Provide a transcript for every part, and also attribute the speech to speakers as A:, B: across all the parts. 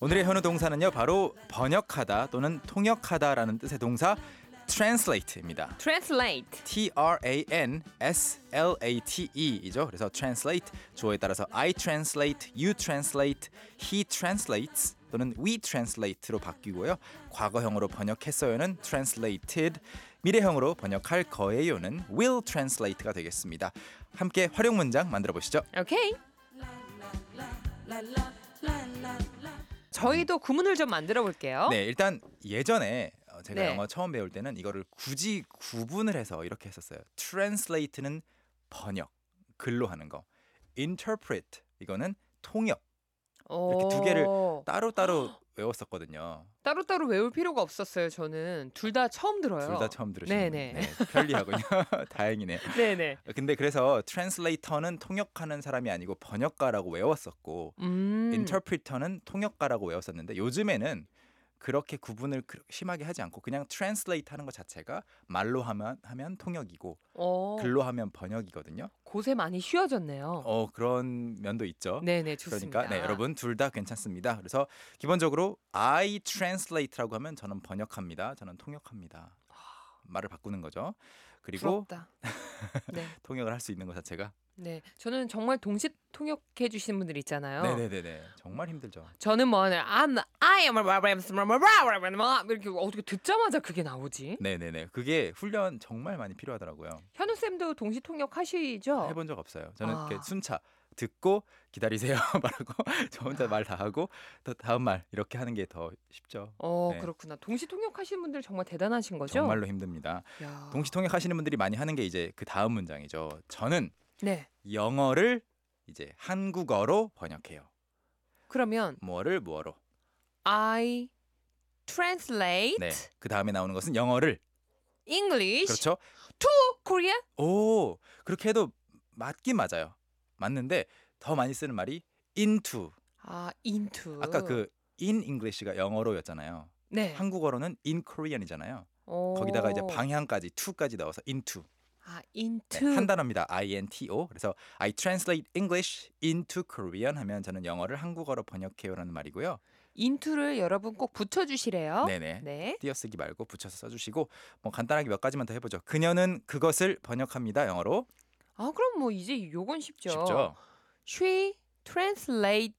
A: 오늘의 현우 동사는요 바로 번역하다 또는 통역하다라는 뜻의 동사 translate입니다.
B: Translate.
A: T R A N S L A T E이죠. 그래서 translate 주어에 따라서 I translate, you translate, he translates 또는 we translate로 바뀌고요. 과거형으로 번역했어요는 translated, 미래형으로 번역할 거예요는 will translate가 되겠습니다. 함께 활용 문장 만들어 보시죠.
B: 오케이. 저희도 구문을 좀 만들어 볼게요.
A: 네, 일단 예전에 어, 제가
B: 네.
A: 영어 처음 배울 때는 이거를 굳이 구분을 해서 이렇게 했었어요. translate는 번역, 글로 하는 거. interpret 이거는 통역. 이렇게 두 개를
B: 오,
A: 따로따로 외웠었거든요.
B: 따로따로 외울 필요가 없었어요. 저는 둘 다 처음 들어요.
A: 둘 다 처음 들으시는
B: 네네.
A: 네, 편리하군요. 다행이네요.
B: 네네.
A: 근데 그래서 translator는 통역하는 사람이 아니고 번역가라고 외웠었고
B: 음.
A: 인터프리터는 통역가라고 외웠었는데 요즘에는 그렇게 구분을 그- 심하게 하지 않고 그냥 트랜슬레이트 하는 것 자체가 말로 하면 하면 통역이고
B: 어,
A: 글로 하면 번역이거든요.
B: 곳에 많이 쉬워졌네요.
A: 어 그런 면도 있죠.
B: 네네 좋습니다.
A: 그러니까 네, 여러분 둘 다 괜찮습니다. 그래서 기본적으로 I translate라고 하면 저는 번역합니다. 저는 통역합니다. 말을 바꾸는 거죠. 그리고
B: 부럽다. 네,
A: 통역을 할 수 있는 것 자체가
B: 네. 저는 정말 동시 통역해 주시는 분들 있잖아요.
A: 네네네네 정말 힘들죠.
B: 저는 뭐 I'm I am a 이렇게 어떻게 듣자마자 그게 나오지?
A: 네네네 그게 훈련 정말 많이 필요하더라고요.
B: 현우 쌤도 동시 통역 하시죠?
A: 해본 적 없어요. 저는
B: 아.
A: 이렇게 순차 듣고 기다리세요 말하고 저 혼자 말 다 하고 또 다음 말 이렇게 하는 게 더 쉽죠.
B: 어
A: 네.
B: 그렇구나. 동시 통역 하시는 분들 정말 대단하신 거죠? 아.
A: 정말로 힘듭니다.
B: 야.
A: 동시통역 하시는 분들이 많이 하는 게 이제 그 다음 문장이죠. 저는
B: 네.
A: 영어를 이제 한국어로 번역해요.
B: 그러면
A: 뭐를 뭐로.
B: I translate
A: 네. 그 다음에 나오는 것은 영어를
B: English
A: 그렇죠.
B: to Korean.
A: 오 그렇게 해도 맞긴 맞아요. 맞는데 더 많이 쓰는 말이 into.
B: 아 into.
A: 아까 그 in English가 영어로였잖아요.
B: 네.
A: 한국어로는 in Korean이잖아요.
B: 오.
A: 거기다가 이제 방향까지 to까지 넣어서 into
B: 아
A: 네,
B: into.
A: 한 단어입니다. into 그래서 I translate English into Korean 하면 저는 영어를 한국어로 번역해요라는 말이고요.
B: into를 여러분 꼭 붙여 주시래요.
A: 네네.
B: 네.
A: 띄어쓰기 말고 붙여서 써주시고 뭐 간단하게 몇 가지만 더 해보죠. 그녀는 그것을 번역합니다 영어로
B: 아 그럼 뭐 이제 요건 쉽죠.
A: 쉽죠.
B: She translate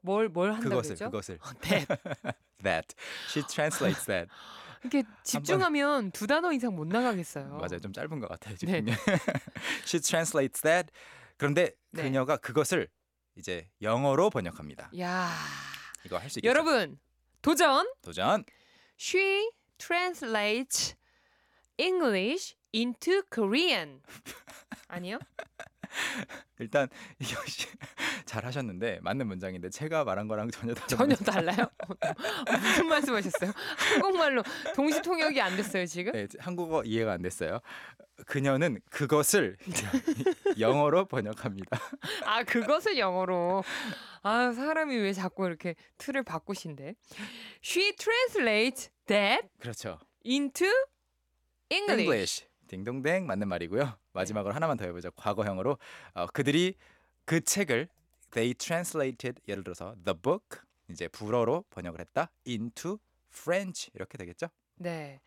B: 뭘 뭘 한다고
A: 그것을
B: 했죠?
A: 그것을
B: 네.
A: that she translates that
B: 이렇게 집중하면 두 단어 이상 못 나가겠어요.
A: 맞아요 좀 짧은 것 같아요
B: 네.
A: 지금 she translates that 그런데
B: 네.
A: 그녀가 그것을 이제 영어로 번역합니다.
B: 야.
A: 이거 할 수 있겠죠?
B: 여러분 도전.
A: 도전
B: She translates English into Korean. 아니요?
A: 네. 일단 이것이 잘 하셨는데 맞는 문장인데 제가 말한 거랑 전혀 다른
B: 전혀
A: 문장-
B: 달라요. 어, 무슨 말씀하셨어요? 한국말로 동시 통역이 안 됐어요 지금?
A: 네, 한국어 이해가 안 됐어요. 그녀는 그것을 영어로 번역합니다.
B: 아 그것을 영어로. 아 사람이 왜 자꾸 이렇게 틀을 바꾸신데? She translates that
A: 그렇죠.
B: into English.
A: English. 네. 딩동댕 맞는 말이고요. 마지막으로 하나만 더 해보죠. 과거형으로 어, 그들이 그 책을 they translated 예를 들어서 the book 이제 불어로 번역을 했다 into French 이렇게 되겠죠?
B: 네.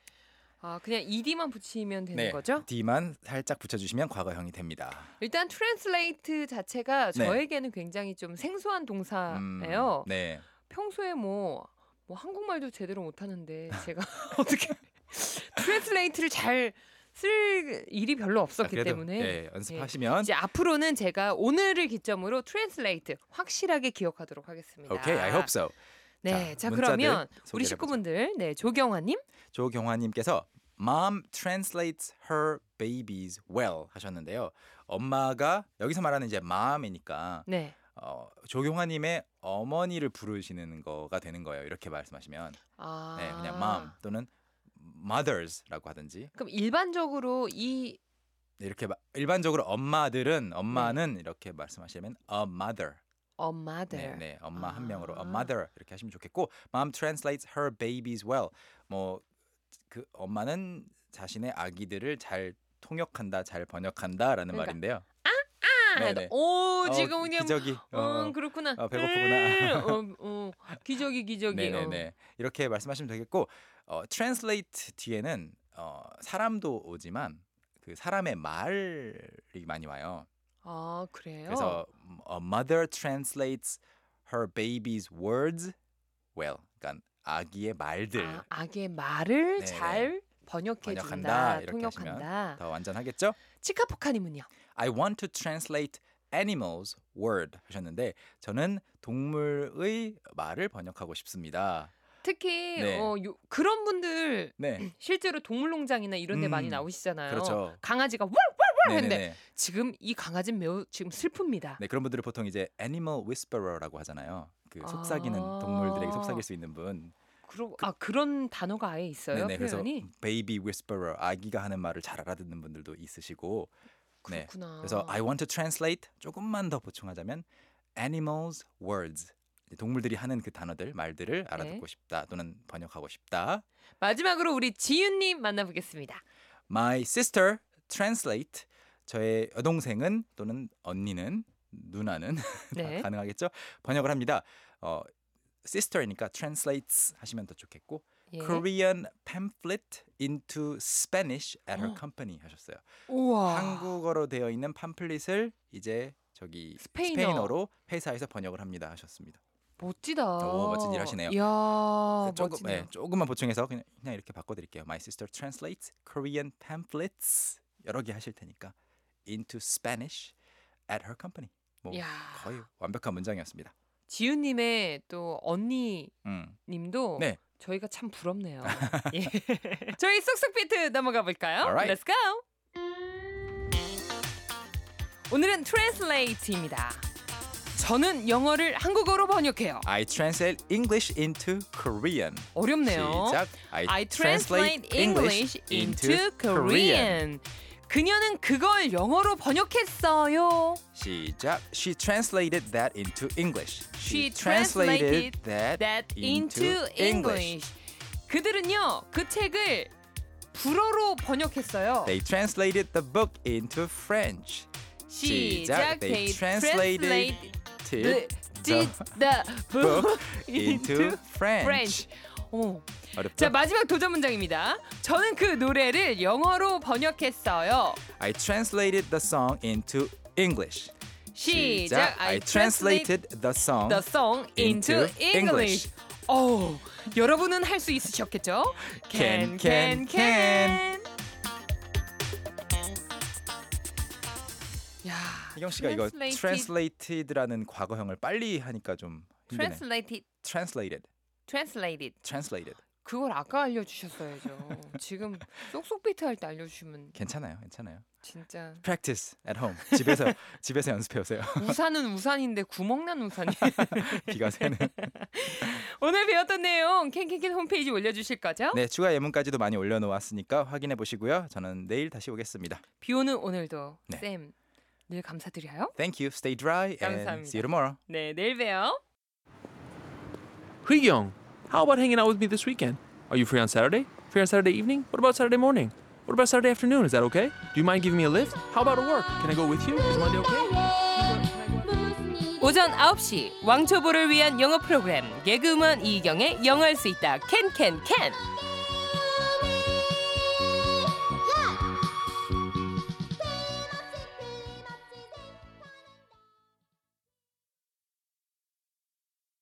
B: 아 그냥 ed만 붙이면 되는
A: 네.
B: 거죠?
A: d만 살짝 붙여주시면 과거형이 됩니다.
B: 일단 트랜슬레이트 자체가
A: 네.
B: 저에게는 굉장히 좀 생소한
A: 음,
B: 동사예요.
A: 네.
B: 평소에 뭐, 뭐 한국말도 제대로 못하는데 제가 어떻게 트랜슬레이트를 잘 쓸 일이 별로
A: 자,
B: 없었기
A: 그래도,
B: 때문에
A: 네, 연습하시면
B: 이제 앞으로는 제가 오늘을 기점으로 트랜슬레이트 확실하게 기억하도록 하겠습니다.
A: Okay, I hope so.
B: 네, 자,
A: 문자들
B: 그러면 우리
A: 소개를 해보죠.
B: 식구분들, 네 조경화님,
A: 조경화님께서 Mom translates her babies well 하셨는데요. 엄마가 여기서 말하는 이제 mom이니까
B: 네,
A: 어, 조경화님의 어머니를 부르시는 거가 되는 거예요. 이렇게 말씀하시면
B: 아,
A: 네, 그냥 mom 또는 mothers라고 하든지
B: 그럼 일반적으로 이
A: 이렇게 마- 일반적으로 엄마들은
B: 네.
A: 엄마는 이렇게 말씀하시면 a mother
B: 엄마들,
A: 네, 네. 엄마 한 명으로
B: 아.
A: a mother 이렇게 하시면 좋겠고 mom translates her babies well. 뭐 그 엄마는 자신의 아기들을 잘 통역한다, 잘 번역한다라는
B: 그러니까,
A: 말인데요.
B: 아,
A: 네네.
B: 오
A: 어,
B: 지금 그냥
A: 기저귀. 어,
B: 음 그렇구나.
A: 아, 배고프구나.
B: 음, 어, 어, 기저귀 기저귀.
A: 네네네. 이렇게 말씀하시면 되겠고 어, translate 뒤에는 어, 사람도 오지만 그 사람의 말이 많이 와요.
B: 어. 아 그래요?
A: 그래서 음, a mother translates her baby's words well. 그러니까 아기의 말들
B: 아, 악의 말을
A: 네네.
B: 잘 번역해
A: 번역한다,
B: 준다,
A: 이렇게
B: 통역한다.
A: 더 완전하겠죠?
B: 치카포카님은요?
A: I want to translate animals word 하셨는데 저는 동물의 말을 번역하고 싶습니다.
B: 특히
A: 네.
B: 어, 요, 그런 분들
A: 네.
B: 실제로 동물농장이나 이런 데
A: 음,
B: 많이 나오시잖아요.
A: 그렇죠.
B: 강아지가 왈왈왈 했는데
A: 네네네.
B: 지금 이 강아지는 매우 지금 슬픕니다.
A: 네, 그런 분들을 보통 이제 animal whisperer라고 하잖아요. 그 속삭이는
B: 아.
A: 동물들에게 속삭일 수 있는 분.
B: 그러, 아 그런 단어가 아예 있어요
A: 그래서 음,
B: 표현이?
A: baby whisperer 아기가 하는 말을 잘 알아듣는 분들도 있으시고. 네.
B: 그렇구나.
A: 그래서 I want to translate 조금만 더 보충하자면 animals words. 이제 동물들이 하는 그 단어들,
B: 네.
A: 말들을 알아듣고 싶다 또는 번역하고 싶다.
B: 마지막으로 우리 지윤님 만나보겠습니다.
A: 아, My sister translate 저의 여동생은 또는 언니는 누나는
B: 네.
A: 다 가능하겠죠? 번역을 합니다. 어, sister니까 translates 하시면 더 좋겠고
B: 예.
A: Korean pamphlet into Spanish at her
B: 어.
A: company 하셨어요.
B: 우와.
A: 한국어로 되어 있는 팜플릿을 이제 저기
B: 스페인어.
A: 로 회사에서 번역을 합니다 하셨습니다.
B: 멋지다.
A: 오, 멋진 일 하시네요.
B: 이야,
A: 조금
B: 어, 멋지네요.
A: 예, 조금만 보충해서 그냥, 그냥 이렇게 바꿔드릴게요. My sister translates Korean pamphlets 여러 개 하실 테니까 into Spanish at her company. 뭐
B: 이야.
A: 거의 완벽한 문장이었습니다.
B: 지윤님의 또
A: 음.
B: 언니님도
A: 네.
B: 저희가 참 부럽네요. 예. 저희 쏙쏙 비트 넘어가 볼까요?
A: Alright.
B: Let's go. 오늘은 트랜슬레이트입니다. 저는 영어를 한국어로 번역해요.
A: I translate English into Korean.
B: 어렵네요.
A: 시작.
B: I translate English into Korean. 그녀는 그걸 영어로 번역했어요.
A: 시작. She translated that into English.
B: She translated
A: that,
B: that into English. 그들은요 그 책을 불어로 번역했어요.
A: They translated the book into French. 시작. They translated
B: the,
A: the,
B: the, the book
A: book into French.
B: French. 어.
A: 어렵죠?
B: 자 마지막 도전 문장입니다. 저는 그 노래를 영어로 번역했어요.
A: I translated the song into English.
B: 시작.
A: I translated the song.
B: the song into
A: into
B: English.
A: English.
B: 어, 여러분은 할 수 있으셨겠죠?
A: Can, can, can.
B: 야,
A: 희경 씨가 이거 translated라는 과거형을 빨리 하니까 좀 힘드네.
B: translated,
A: translated.
B: translated.
A: translated.
B: 그걸 아까 알려주셨어야죠. 지금 쏙쏙 비트 할 때 알려주시면
A: 괜찮아요. 괜찮아요.
B: 진짜
A: practice at home. 집에서 집에서 연습해 오세요.
B: 우산은 우산인데 구멍난 우산이.
A: 비가 새는.
B: 오늘 배웠던 내용 캔캔캔 홈페이지 올려주실 거죠?
A: 네, 추가 예문까지도 많이 올려 놓았으니까 확인해 보시고요. 저는 내일 다시 오겠습니다.
B: 비오는 오늘도
A: 네.
B: 쌤 늘 감사드려요.
A: Thank you. Stay dry and
B: 감사합니다.
A: see you tomorrow.
B: 네, 내일 봬요.
C: Young, how about hanging out with me this weekend? Are you free on Saturday? Free on Saturday evening? What about Saturday morning? What about Saturday afternoon? Is that okay? Do you mind giving me a lift? How about at work? Can I go with you? Is Monday okay?
B: 오전 9시 왕초보를 위한 영어 프로그램 개그우먼 이경의 영어할 수 있다 캔캔캔